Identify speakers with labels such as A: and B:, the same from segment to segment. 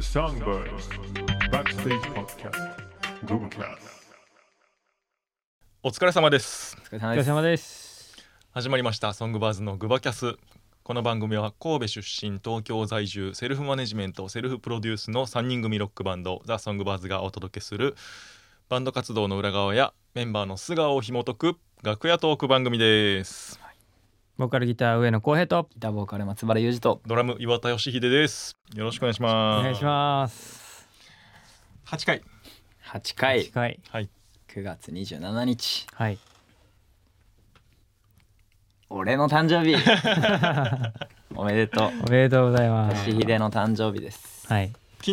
A: Songbirds Backstage Podcast Googlecast
B: お疲れ様です
C: お疲れ様
D: お疲れ様です。
B: 始まりましたソングバーズのグバキャスこの番組は神戸出身東京在住セルフマネジメントセルフプロデュースの3人組ロックバンドザ・ソングバーズがお届けするバンド活動の裏側やメンバーの素顔を紐解く楽屋トーク番組です
D: ボーカルギター上野浩平と
C: ギターボーカル松原裕二と
B: ドラム岩田義秀ですよろしくお願いし
D: お
B: ます
D: 願いします。
B: す8回
C: 8回
D: 近い。
B: はい
C: 9月27日
D: はい。
C: 俺の誕生日おめでとう
D: おめでとうございます。
C: 年秀の誕生日です
D: はい。
B: 昨日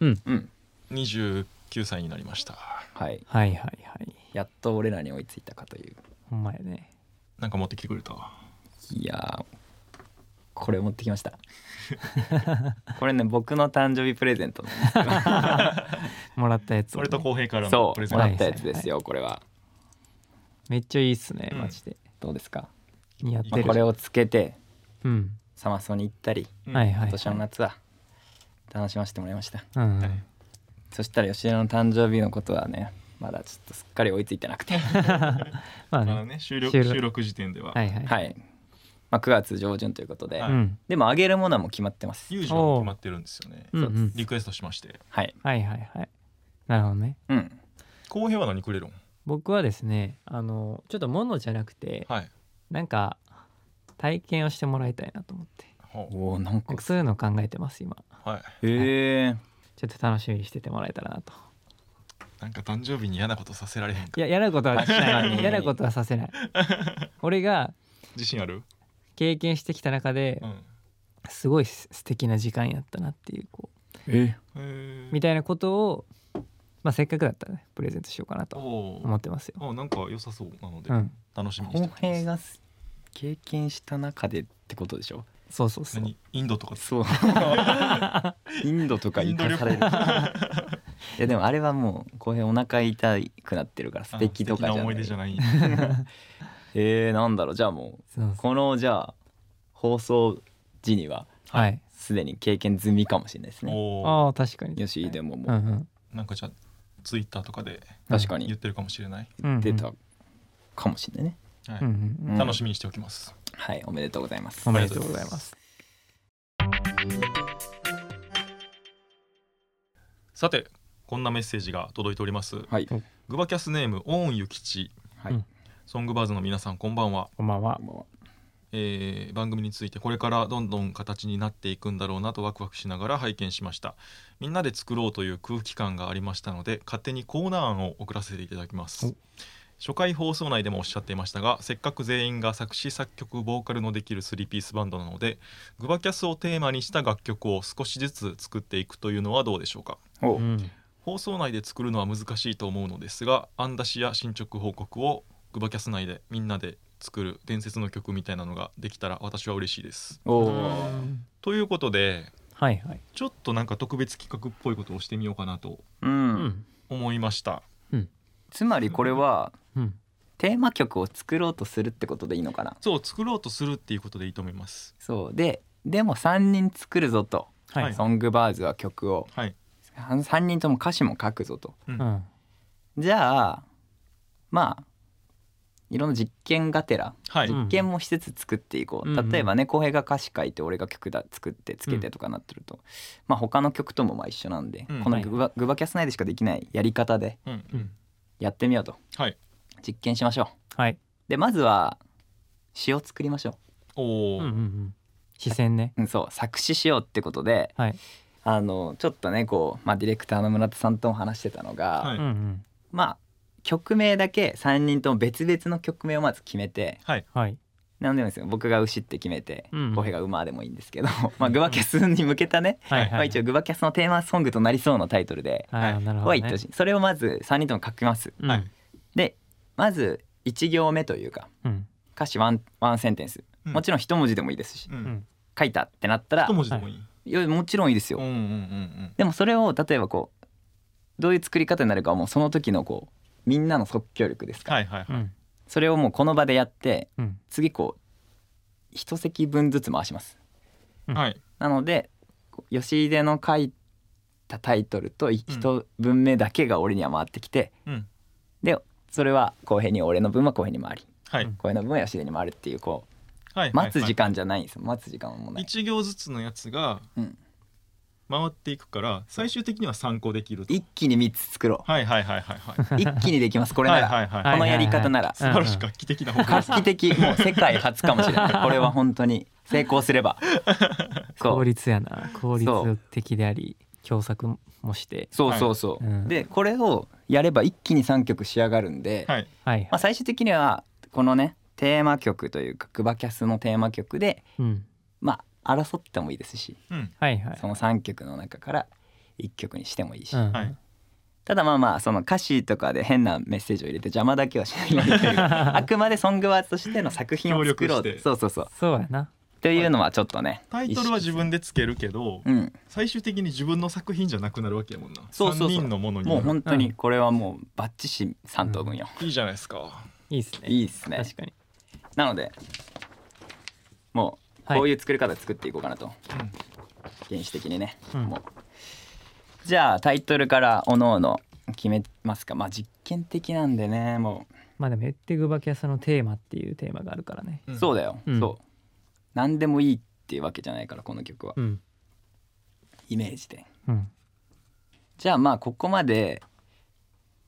C: うん
B: 29歳になりました
C: はい
D: はいはいはい。
C: やっと俺らに追いついたかという
D: ほんまやね。
B: なんか持ってきてくれた
C: いやーこれ持ってきましたこれね僕の誕生日プレゼントなんです
D: もらったやつをね、
B: 俺と浩平からの
C: そ
B: プレ
C: う
B: ゼ
C: も
B: ン
C: ら
B: ト
C: ったやつですよ、これは
D: めっちゃいいっすね、
B: うん
D: マジで。
C: どうですか、
D: 似合っ
C: まあ、
D: て
C: これ
D: る。
C: をつけて
D: うん。
C: サマソに行ったり
B: うん
D: はいはい、
C: 今年の夏は楽しませてもらいました
D: うんうん。
C: そしたら吉田の誕生日のことはねまだちょっとすっかり追いついてなくて
D: ま
B: ま
D: あ
B: だ
D: ね。
B: ね収録
D: 収録
B: 収録時点では、
D: はいはい。
C: はい、まあ、9月上旬ということで、
B: は
D: う
B: い
D: ん。
C: でもあげるものはもう決まってます
B: ユージは決まってるんですよね。
D: うんうん。
B: リクエストしまして。
C: はい
D: はいはいはい。なるほどね。
C: うん
B: 公平は何くれるん
D: 僕はですね、あの、ちょっと物じゃなくて、
B: はい。
D: なんか、体験をしてもらいたいなと思って。
B: ほ
C: おおなんか
D: 僕そういうのを考えてます、今。
B: うはい。
C: へえ
D: ちょっと楽しみにしててもらえたらなと。
B: なんか誕生日に嫌なことさせられへん
D: い
B: か。
D: や、やることはしな
C: 確かに
D: い。やることはさせない。俺が
B: 自信ある？
D: 経験してきた中で
B: うん。へ
D: すごいす素敵な時間やったなっていうこ
C: え
B: え
D: うみたいなことを、まあ、せっかくだったらねプレゼントしようかな
B: お
D: と思ってますよ。
B: お。あなんか良さそうなので、
D: うん、
B: 楽しみにして
C: 公
B: ます。
C: 平がす経験した中でってことでしょ
D: そうそうそう。
B: 何？インドとか。
C: そうインドとか行かされ
B: イン
C: るいやでもあれはもう公平お腹痛くなってるから素敵とかじゃ
B: あ素敵
C: な
B: ない思い出じゃない。
C: えー、なんだろうじゃあも
D: そう
C: う
D: そう
C: このじゃあ放送時には
D: はい。
C: すでに経験済みかもしれないですね。
B: おお。
D: ああ確かに。
C: よし、で
D: も。
C: も
D: うん
C: も
D: う。
C: うん
B: なんかじゃあツイッターとかで
C: 確か
B: 言っ
C: に
B: てるかもしれない。
D: うん
C: 出たかもしれないね。
B: は
D: うんう
B: い。
D: んう
C: う
D: ん
C: ん
B: 楽しみにしておきます。
C: はい、おめでとうございます
D: お。めでとうございます。
B: さて、こんなメッセージが届いております。
C: はい。
D: こ
B: グバキャスネームオーンユキチ。
C: はい
D: うん
B: ソングバーズの皆さんこんばんは。
D: こんばんは。
B: えー番組についてこれからどんどん形になっていくんだろうなとワクワクしながら拝見しましたみんなで作ろうという空気感がありましたので勝手にコーナー案を送らせていただきます
D: お
B: 初回放送内でもおっしゃっていましたがせっかく全員が作詞作曲ボーカルのできる3ピースバンドなのでグバキャスをテーマにした楽曲を少しずつ作っていくというのはどうでしょうか
C: お
D: うん
B: 放送内で作るのは難しいと思うのですが案出しや進捗報告をグバキャス内でみんなで作る伝説の曲みたいなのができたら私は嬉しいです。
C: お
D: う
C: ー
D: ん
B: ということで
D: はいはい。
B: ちょっとなんか特別企画っぽいことをしてみようかなと
C: う。
D: うんん
B: 思いました。
C: つまりこれは
D: うん。
C: テーマ曲を作ろうとするってことでいいのかな。
B: そう作ろうとするっていうことでいいと思います。
C: そうで、でも三人作るぞと。
D: は
B: はい
D: い。
C: ソングバーズは曲を
B: はい。
C: 三人とも歌詞も書くぞと。
B: うん
D: うん。
C: じゃあまあいろんな実験がてら
B: はい。
D: うん
C: 実験もしつつ作っていこう、
D: うんうん
C: 例えばね浩平が歌詞書いて俺が曲だ作ってつけてとかなってると、まあ他の曲ともまあ一緒なんで、
B: うん
C: この
D: はい
C: グバ,、グバキャス内でしかできないやり方で
B: うん
D: う
B: うんん。
C: やってみようと
B: はい。
C: 実験しましょう
D: はい。
C: でまずは詩を作りましょ
B: おお
D: うんうんう。ん。視線ね。
C: う、うん、そう作詞しようってことで
D: はい。
C: あのちょっとねこう、まあ、ディレクターの村田さんとも話してたのが、
B: は
D: う
B: い
D: んうん。
C: まあ曲名だけ3人とも別々の曲名をまず決めて
B: はい。
D: はい。
C: 何でもいいんですよ僕が牛って決めて
D: うん
C: 浩平が馬でもいいんですけど、まあ、グバキャスに向けたね
D: はい
C: まあ、
D: はい。
C: 一応グバキャスのテーマソングとなりそうなタイトルで
D: あーなるほど
C: は
D: ね。
C: 言ってほしい、それをまず3人とも書きます
D: うん
B: はい
C: でまず1行目というか
D: うん。
C: 歌詞ワンワンセンテンス
B: うん
C: もちろん一文字でもいいですし、
B: う。
D: うんん。
C: 書いたってなったら
B: 一文字でもいい。
C: いやもちろんいいですよ、
B: うんうんうん
C: でもそれを例えばこうどういう作り方になるかはもうその時のこうみんなの即興力で
B: う
C: す
B: ん。
C: から、
B: はいはいはい。
D: うん。
C: それをもうこの場でやって
D: うん。
C: 次こう一席分ずつ回します
D: うん
B: はい。
C: なのでこう吉出の書いたタイトルと一文目だけが俺には回ってきて、
B: うん
C: でそれは公平に俺の分は公平に回り
B: はい、
C: 公平の分は吉田に回るっていうこ
B: はいう
C: 待つ時
B: 間
C: 間じゃないんですよ待つ時間もない。
B: 1行ずつのやつが
C: うん
B: 回っていくから最終的には参考できると
C: 一気に3つ作ろ
B: はいはいはいはいはい
C: う一気にできますこれなら、
B: はいはい
D: は
B: はい
C: このやり方なら
B: 素晴らしく画期的な方法
C: 画期的もう世界初かもしれ ないこれは本当に成功すればそ
D: 効
C: う
D: 率やな効率的であり共作もして
C: そうそうそう、
D: はいうん
C: でこれをやれば一気に3曲仕上がるんで、
B: はい
D: はい
C: まあ、最終的にはこのねテーマ曲というかグバキャスのテーマ曲で
D: うん
C: まあ争ってもいいですし
B: うん
D: はいはい
C: その3曲の中から1曲にしてもいいし、
D: うん
B: はい
C: ただまあまあその歌詞とかで変なメッセージを入れて邪魔だけはしないようにというあくまでソングワードとしての作品を作ろう
B: 協力して
C: そうそうそう
D: そうやな
C: っていうのはちょっとね
B: タイトルは自分でつけるけど
C: うん
B: 最終的に自分の作品じゃなくなるわけやもんな
C: そうそうそう
B: 三人のものにな
C: もう
B: る
C: 本当にこれはもうバッチシ3等分よ、
B: いいじゃないですか
D: いいですね
C: いいですね
D: 確かに
C: なのでもう
D: はい
C: こういう作り方で作っていこうかなと、原始的にね、
D: うん
C: もうじゃあタイトルからおのおの決めますかまあ実験的なんでねも
D: まあでもエッテグバキャスのテーマっていうテーマがあるからね
C: う、そう
B: だ
C: だよ、
D: うん
C: そう何でもいいっていうわけじゃないからこの曲は、
D: うん
C: イメージで
D: うん
C: じゃあまあここまで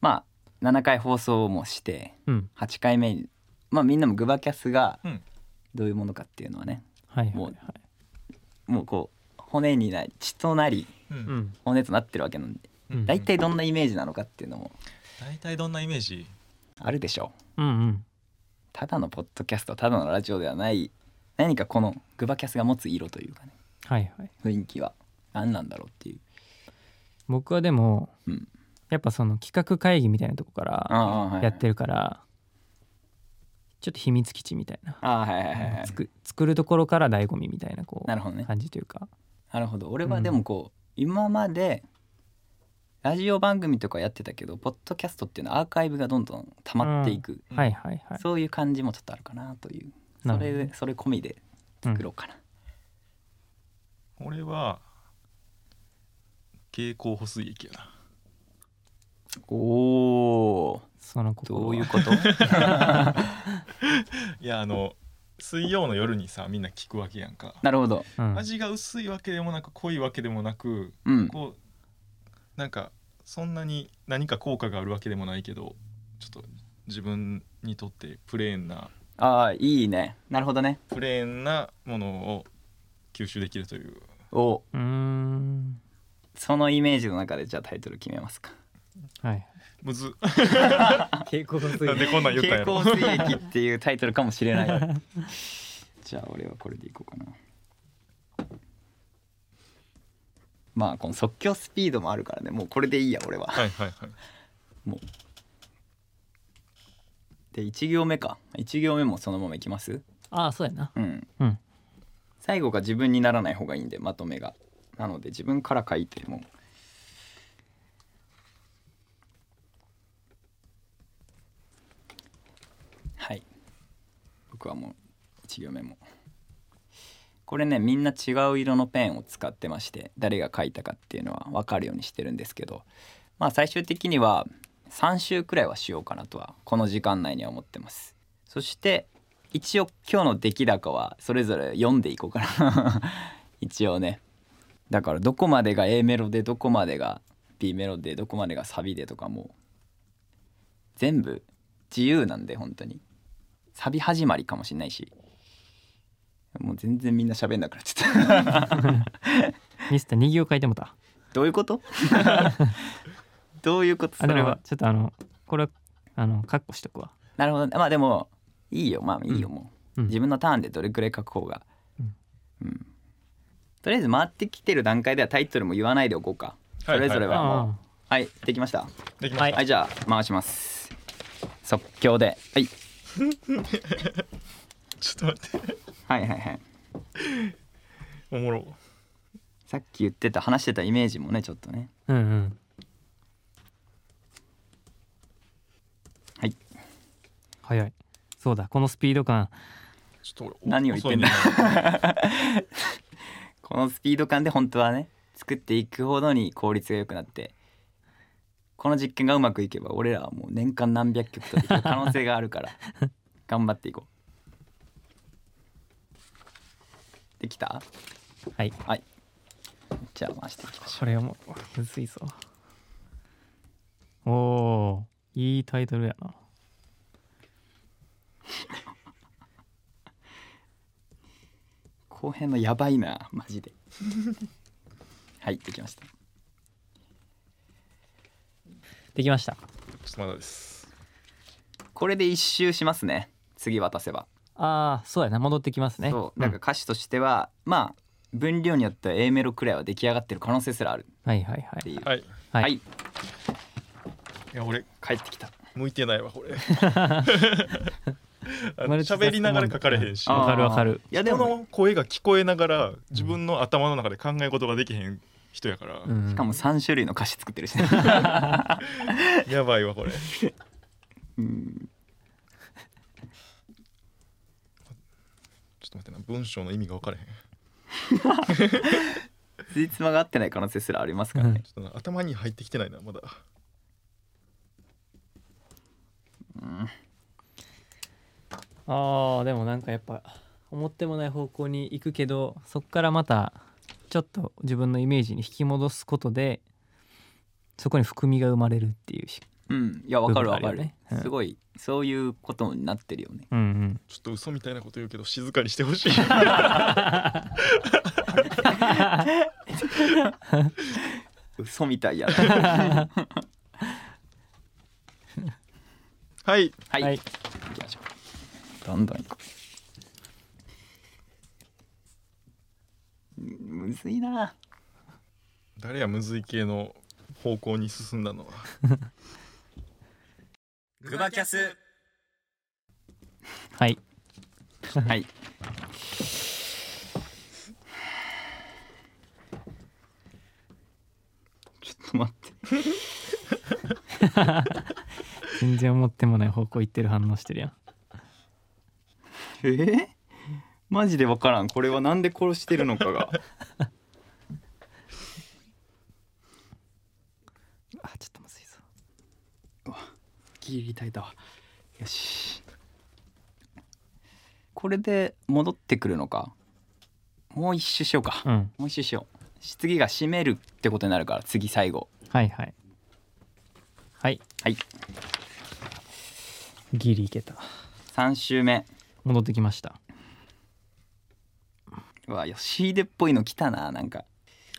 C: まあ7回放送もして
D: うん
C: 8回目にまあみんなもグバキャスが
B: うん
C: どういうものかっていうのはね
D: はいはい
C: も
D: は
C: う
D: い
C: もうこう骨になり血となり
B: う
D: うんん
C: 骨となってるわけなんで
B: うん
C: 大体どんなイメージなのかっていうのも
B: 大体どんなイメージ
C: あるでしょう
D: うんうん
C: ただのポッドキャストただのラジオではない何かこのグバキャスが持つ色というかね
D: はいはい
C: 雰囲気は何なんだろうっていう
D: 僕はでも、
C: うん
D: やっぱその企画会議みたいなとこから
C: ああはい
D: やってるから、ちょっと秘密基地みたいな、
C: ああはいはいはいはい
D: つく作るところから醍醐味みたいなこう
C: なるほどね
D: 感じというか
C: なるほど俺はでもこう、今までラジオ番組とかやってたけどポッドキャストっていうのはアーカイブがどんどん溜まっていく、
B: うん
D: はいはいはい
C: そういう感じもちょっとあるかなという
D: な
C: そ
D: るほど
C: れ
D: ね
C: でそれ込みで作ろうかな、
B: 俺は蛍光補水液やな
C: おお
D: その心は
C: どういうこと
B: いやあの水曜の夜にさみんな聞くわけやんか
C: なるほど
D: うん
B: 味が薄いわけでもなく濃いわけでもなく
C: うん
B: こうなんかそんなに何か効果があるわけでもないけどちょっと自分にとってプレーンな
C: ああいいねなるほどね
B: プレーンなものを吸収できるという
C: お
D: うーん
C: そのイメージの中でじゃあタイトル決めますか
D: はい
B: むず
D: 蛍光水
B: なんでこんなん言ったんやろ
C: 蛍光水液っていうタイトルかもし れないじゃあ俺はこれでいこうかなまあこの即興スピードもあるからねもうこれでいいや俺は
B: はいはいはい
C: で1行目か1行目もそのままいきます
D: ああそうやな
C: うん
D: うん
C: 最後が自分にならない方がいいんでまとめがなので自分から書いてもはい僕はもう1行目もこれねみんな違う色のペンを使ってまして誰が書いたかっていうのは分かるようにしてるんですけどまあ最終的には3週くらいはしようかなとはこの時間内には思ってますそして一応今日の出来高はそれぞれ読んでいこうかな 一応ねだからどこまでが A メロでどこまでが B メロでどこまでがサビでとかもう全部自由なんで本当にサビ始まりかもしれないしもう全然みんな喋んなくなっちゃった
D: ミスター2行書いてもた
C: どういうこと どういうことそ
D: あで
C: れ
D: も
C: は
D: ちょっとあのこれはあのカッコしとくわ
C: なるほどねまあでもいいよまあいいよもう、
D: うん
C: 自分のターンでどれくらい書く方が、
D: うん
C: うんとりあえず回ってきてる段階ではタイトルも言わないでおこうか
B: はい
C: それぞれ
B: は
C: はもうはい、
D: あ
C: できました
B: できま
C: は
B: し
C: い、
B: た、
C: じゃあ回します即興で、はい、
B: ちょっと待って
C: はいはいはい
B: おもろ
C: さっき言ってた話してたイメージもねちょっとね
D: あうんうん
C: はい
D: 早いそうだこのスピード感
B: ちょっと俺
C: 何を言ってんだ
B: 遅いね
C: このスピード感で本当はね作っていくほどに効率が良くなってこの実験がうまくいけば俺らはもう年間何百曲とできる可能性があるから頑張っていこうできた
D: はい
C: はいじゃあ回していきましょ
D: これはもうむずいぞおおいいタイトルやな
C: う後編のやばいなマジではいできました
D: できました
B: ちょっとまだです
C: これで一周しますね次渡せば
D: ああそうやな戻ってきますね
C: そうだから歌詞としては、まあ分量によっては A メロくらいは出来上がってる可能性すらあるっ
D: はいはいは
C: て
D: い
C: いう
B: はいい
D: はい、
C: はい、
B: や俺
C: 帰ってきた
B: 向いてないわこ れあの
D: マルチタスク
B: 喋りながら書かれへんし
D: あわかるわかる
C: あーいやで
B: 人
C: も
B: の声が聞こえながら自分の頭の中で考え事ができへん人やから、
D: うん、
C: しかも3種類の歌詞作ってる し、
B: やばいわこれ
C: うん
B: ちょっと待ってな文章の意味が分からへん
C: ついつまが合ってない可能性すらありますからね
B: ちょっとな頭に入ってきてないなまだ
D: ああでもなんかやっぱ思ってもない方向に行くけどそっからまたちょっと自分のイメージに引き戻すことでそこに含みが生まれるっていうし
C: うん、いやわかるわ
D: 部
C: か
D: 分があ
C: る
D: るよねうん
C: すごいそういうことになってるよね
D: うんうん
B: ちょっと嘘みたいなこと言うけど静かにしてほ しい
C: 嘘みたいや な
B: はい
C: はい、
D: はい
C: 行きましょうどんどん行こううんむずいな
B: 誰やむずい系の方向に進んだのは
C: グバキャス
D: はい
C: はい。ちょっと待って。
D: 全然思ってもない方向行ってる反応してるやん
C: えーマジでわからん。これはなんで殺してるのかが。
D: あちょっとむずいぞ
C: ギリ耐えたわ。よし。これで戻ってくるのか。もう一周しようか。
D: うん
C: もう一周しよう。次が締めるってことになるから、次最後。
D: はいはいはい
C: はい。
D: ギリいけた
C: 3周目。
D: 戻ってきました
C: うわ、よしでっぽいの来たな、なんか。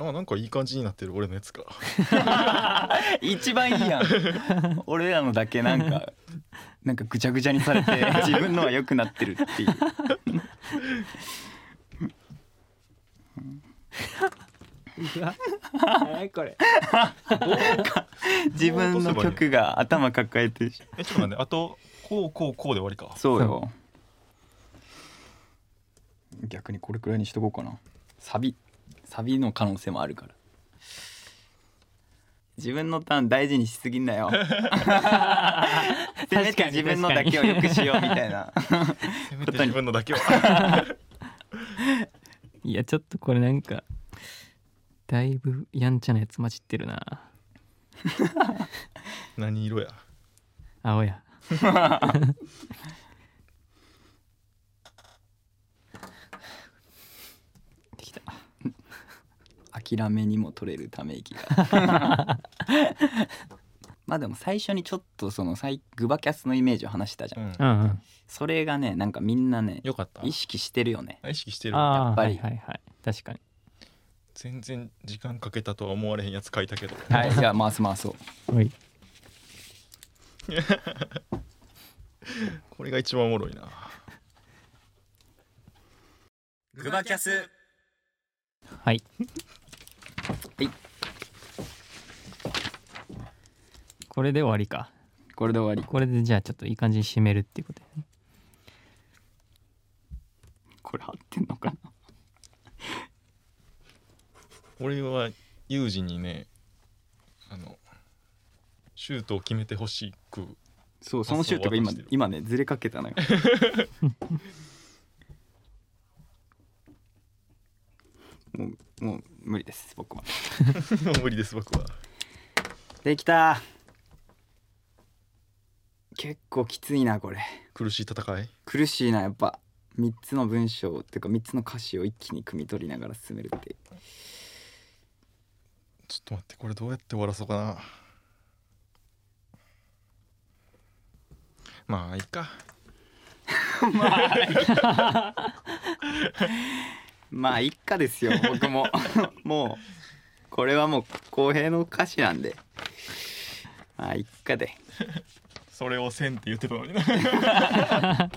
B: あなんかいい感じになってる俺のやつか
C: 一番いいや ん俺らのだけなんかなんかぐちゃぐちゃにされ て自分のは良くなってるっていう
D: うわ これ
C: 自分の曲が頭抱えてる
B: えちょっと待ってあとこうこうこうで終わり か
C: そうよ逆にこれくらいにしとこうかなサビサビの可能性もあるから自分のターン大事にしすぎん なよせめて自分のだけを良くしようみたいな
B: せめて自分のだけは
D: いやちょっとこれなんかだいぶやんちゃなやつ混じってるな
B: 何色や
D: 青やできた
C: 諦めにも取れるため息が まあでも最初にちょっとその最グバキャスのイメージを話したじゃ、
B: うんん
D: うんうん
C: それがねなんかみんなね
B: よかった
C: 意識してるよね
B: 意識してる
D: ああ
C: やっぱり
D: はいはいはい確かに
B: 全然時間かけたとは思われへんやつ書いたけど
C: はい じゃあ回す回そう
D: おい
B: これが一番おもろいな
C: グバキャス
D: はいこれで終わりか
C: これで終わり
D: これでじゃあちょっといい感じに締めるっていうことやね
C: これ合ってんのかな
B: 俺はユージにねあのシュートを決めてほしく
C: そうそのシュートが今
B: そうそう
C: 今ねずれかけたの よもうもう無理です僕は
B: もう無理です僕は
C: できた結構きついなこれ
B: 苦しい戦い
C: 苦しいなやっぱ3つの文章っていうか3つの歌詞を一気に汲み取りながら進めるって
B: ちょっと待ってこれどうやって終わらそうかなまあいいか
C: まあ一家ですよ 僕も もうこれはもう公平の歌詞なんでまあ一家で
B: それをせんって言ってたのにな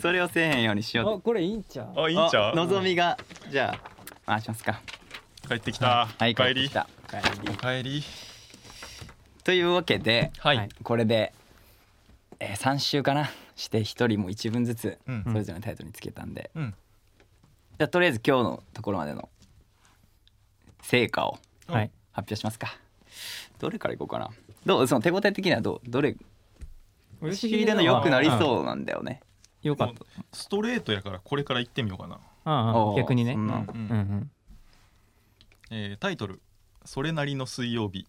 C: それをせえへんようにしようと
D: あこれいいんちゃう
B: あいいんちゃ
C: あのぞ
B: う
C: みがじゃあ回しますか
B: 帰ってきた、
C: はい
B: 帰
C: 帰って
B: り
C: きた帰り
B: お帰り
C: というわけで
B: はい、
D: はい
C: これで、えー、3週かなして1人も1文ずつ
B: うん
C: それぞれのタイトルにつけたんで、
B: うん
C: じゃあとりあえず今日のところまでの成果を
B: お
D: はい
C: 発表しますかどれからいこうかなどうその手応え的にはどうどれ
D: 俺
C: 仕切りでの良くなり
D: うん
C: そうなんだよね
D: よかっ
B: ストレートやからこれから行ってみようかな、
D: たうんう
C: お
D: ん
C: ー
D: 逆にね
C: そ
D: うんん
C: な
B: うん
D: うん
B: えータイトル「それなりの水曜日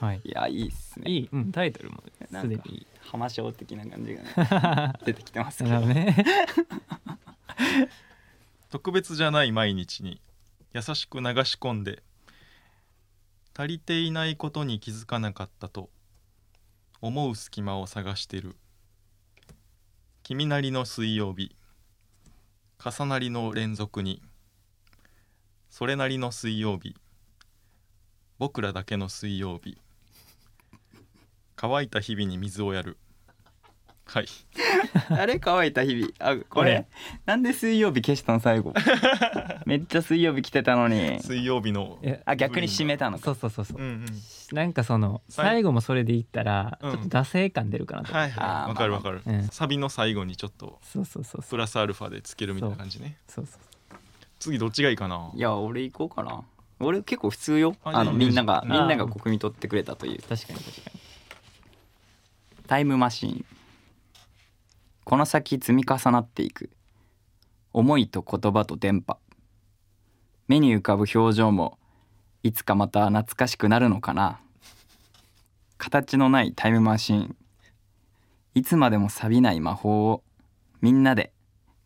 D: はい
C: いやいいっすね
D: いいうんタイトルも
C: なん
D: すで
C: か
D: にいい
C: 浜章的な感じが ね出てきてますけ
D: な
C: ど
D: るほどね」
B: 特別じゃない毎日に優しく流し込んで足りていないことに気づかなかったと思う隙間を探してる君なりの水曜日重なりの連続にそれなりの水曜日僕らだけの水曜日乾いた日々に水をやるはい
C: あれ乾いた日々あこれ
D: これ
C: なんで水曜日消したの最 後めっちゃ水曜日来てたのに
B: 水曜日の
D: え
C: あ逆に締めたのか
D: そうそうそうそう
B: うんうん
D: なんかその最後もそれでいったらち
B: うん
D: ょっと惰性感出るかなと
B: はいはい
C: あー
B: わかるわかる、
D: まあうん
B: サビの最後にちょっと
D: そうそうそうそ
B: プ
D: う
B: ラスアルファでつけるみたいな感じね
D: そうそう
B: 次どっちがいいかない
C: や俺行こうかな俺結構普通よ
B: あ
C: あの
B: いいね
C: みんなが
B: あ
C: みんながこう汲み取ってくれたという
D: 確かに確かに
C: タイムマシンこの先積み重なっていく思いと言葉と電波目に浮かぶ表情もいつかまた懐かしくなるのかな形のないタイムマシンいつまでも錆びない魔法をみんなで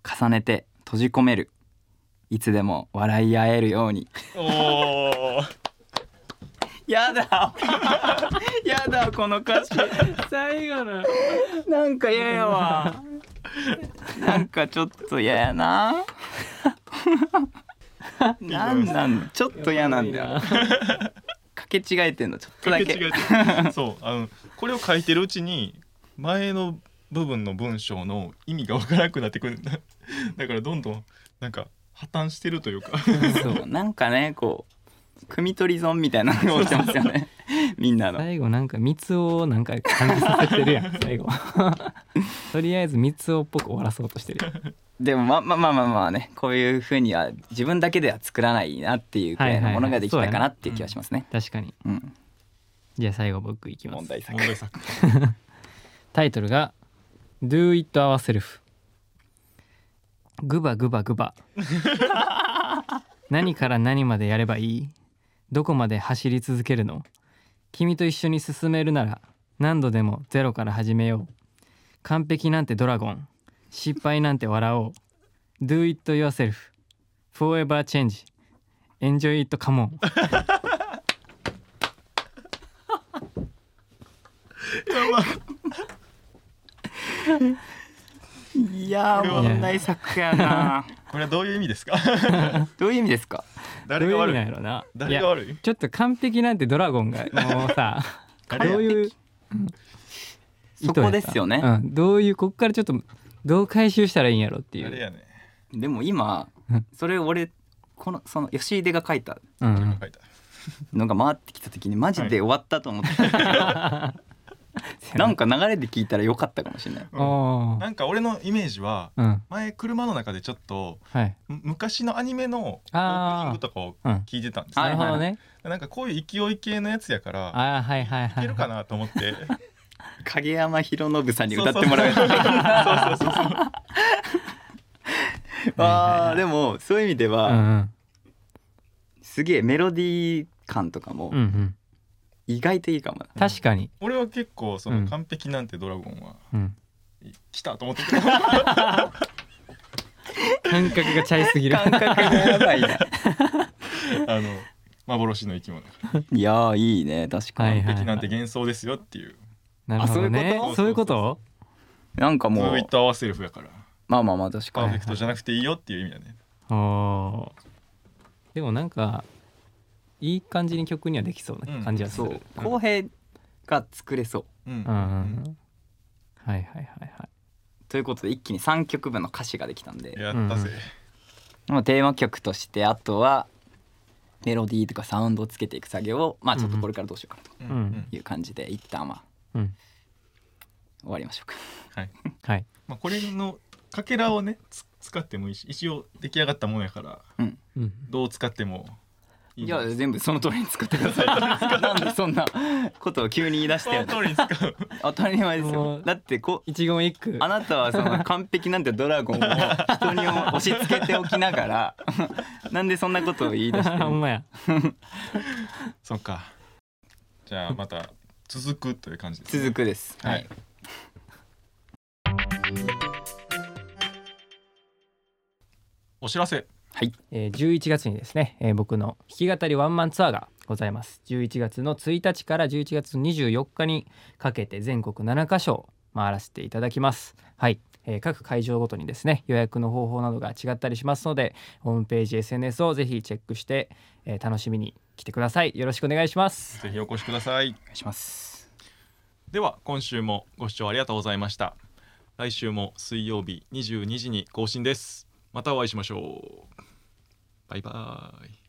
C: 重ねて閉じ込めるいつでも笑い合えるように
B: おお
C: やだ やだこの歌詞
D: 最後の
C: なんか嫌や わ。なんかちょっと嫌や な。なんなんちょっと嫌なんだよ。かけ違えてんのちょっとだけ。
B: そうあのこれを書いてるうちに前の部分の文章の意味がわからなくなってくるん だだからどんどんなんか破綻してるというか
C: そうなんかねこう汲み取り損みたいなのが起きてますよ ね。みんなの。
D: 最後なんか蜜をなんか感じさせてるやん最後 とりあえず蜜をっぽく終わらそうとしてるやん
C: でもまあまあまあまあまあねこういうふうには自分だけでは作らないなっていうくらいのものができたかなっていう気がしますね。
D: 確かに
C: うん。
D: じゃあ最後僕いきま
C: 問
D: す
C: 題作
B: 問。題作
D: タイトルが「Do It Ourself」グバグバグバ何から何までやればいいどこまで走り続けるの君と一緒に進めるなら何度でもゼロから始めよう完璧なんてドラゴン失敗なんて笑おう Do it yourself forever change enjoy it come on
C: いやー問題作やな。
B: これはどういう意味です か
C: どういう意味ですか。
B: 誰が
D: どういう意味
B: 悪い
D: なんやろな
B: 誰が悪い
D: ちょっと完璧なんてドラゴンがもうさどういう、うん
C: そこですよね
D: 意図やったうん、どういうこっからちょっとどう回収したらいいんやろっていう
B: あれやね
C: でも今
D: うん
C: それ俺このその吉井出が書いた
D: うんうん
B: 書いた
C: のが回ってきた時にマジで終わったと思ってたんだけど、 なんか流れで聞いたらよかったかもしれない。
D: おー
B: なんか俺のイメージは
D: うん
B: 前車の中でちょっと
D: はい
B: む昔のアニメのオープニン
D: あ
B: グとかを
D: あうん
B: 聞いてたんです
D: な
C: はい
D: る
C: はい
D: ほどね
B: なんかこういう勢い系のやつやから
D: ああはいはい
B: い
D: はい
B: けるかなと思 って
C: 影山博信さんに歌ってもらう。
B: そう そうそうそう
C: ああでもそういう意味で
D: うんう
C: は
D: ん
C: すげえメロディー感とかも
D: うんうん
C: 意外といいかもな、
D: 確かに、
B: 俺は結構そうの
D: ん
B: 完璧なんてドラゴンは
D: うん、
B: 来たと思ってた
D: 感覚がちゃいすぎ る
C: 感覚がやばいな
B: あの幻の生き物だから
C: いやーいいね確かに、
D: はいはい
B: 完璧なんて幻想ですよっていう
D: なるほどね
B: あ
D: そ
B: そうういう
D: い
B: う
D: こ
B: ことと
C: なんか
B: ム
C: も
B: ー
C: う
B: ビット合わせるふやから
C: まあまあまあ確
B: パー
C: かに
B: フェクトじゃなくていいよっていう意味だね
D: おーでもなんかいい感じに曲にはできそうな感じはす
C: そ
D: る、
C: う浩平が作れそう
B: うん
D: うんうんはいはいはいはい
C: ということで一気に3曲分の歌詞ができたんで
B: やったぜ、
C: まあテーマ曲としてあとはメロディーとかサウンドをつけていく作業をまあちょっとこれからどうしようかな
B: う
D: うんん
B: うん
C: という感じで一旦まあ
D: うん
C: 終わりましょうか
B: はい
D: はい
B: まあ、これのかけらをねつ使ってもいいし一応出来上がったものやから
D: うん
B: どう使ってもいい
C: い
B: んじゃな
C: や
B: いです
C: 全部その通りに作ってくださいなんでそんなことを急に言い出し
B: か
C: てる
B: そ
C: の
B: の通りに使う
C: 当たり前です
D: も
C: よ
D: う
C: だってこう
D: 一言一句
C: あなたはその完璧なんてドラゴンを人に押し付けておきながら なんでそんなことを言い出してる
D: ほん
C: の
D: まや
B: そっかじゃあまた続くという感じですね、
C: 続くです
B: は
C: はいい、
B: お知らせ
D: えー11月にですね、えー僕の弾き語りワンマンツアーがございます11月の1日から11月24日にかけて全国7カ所を回らせていただきますはい、えー各会場ごとにですね予約の方法などが違ったりしますのでホームページ SNS をぜひチェックして、えー楽しみに来てくださいよろしくお願いします
B: ぜひお越しください
C: お願いします
B: では今週もご視聴ありがとうございました来週も水曜日22時に更新ですまたお会いしましょうバイバイ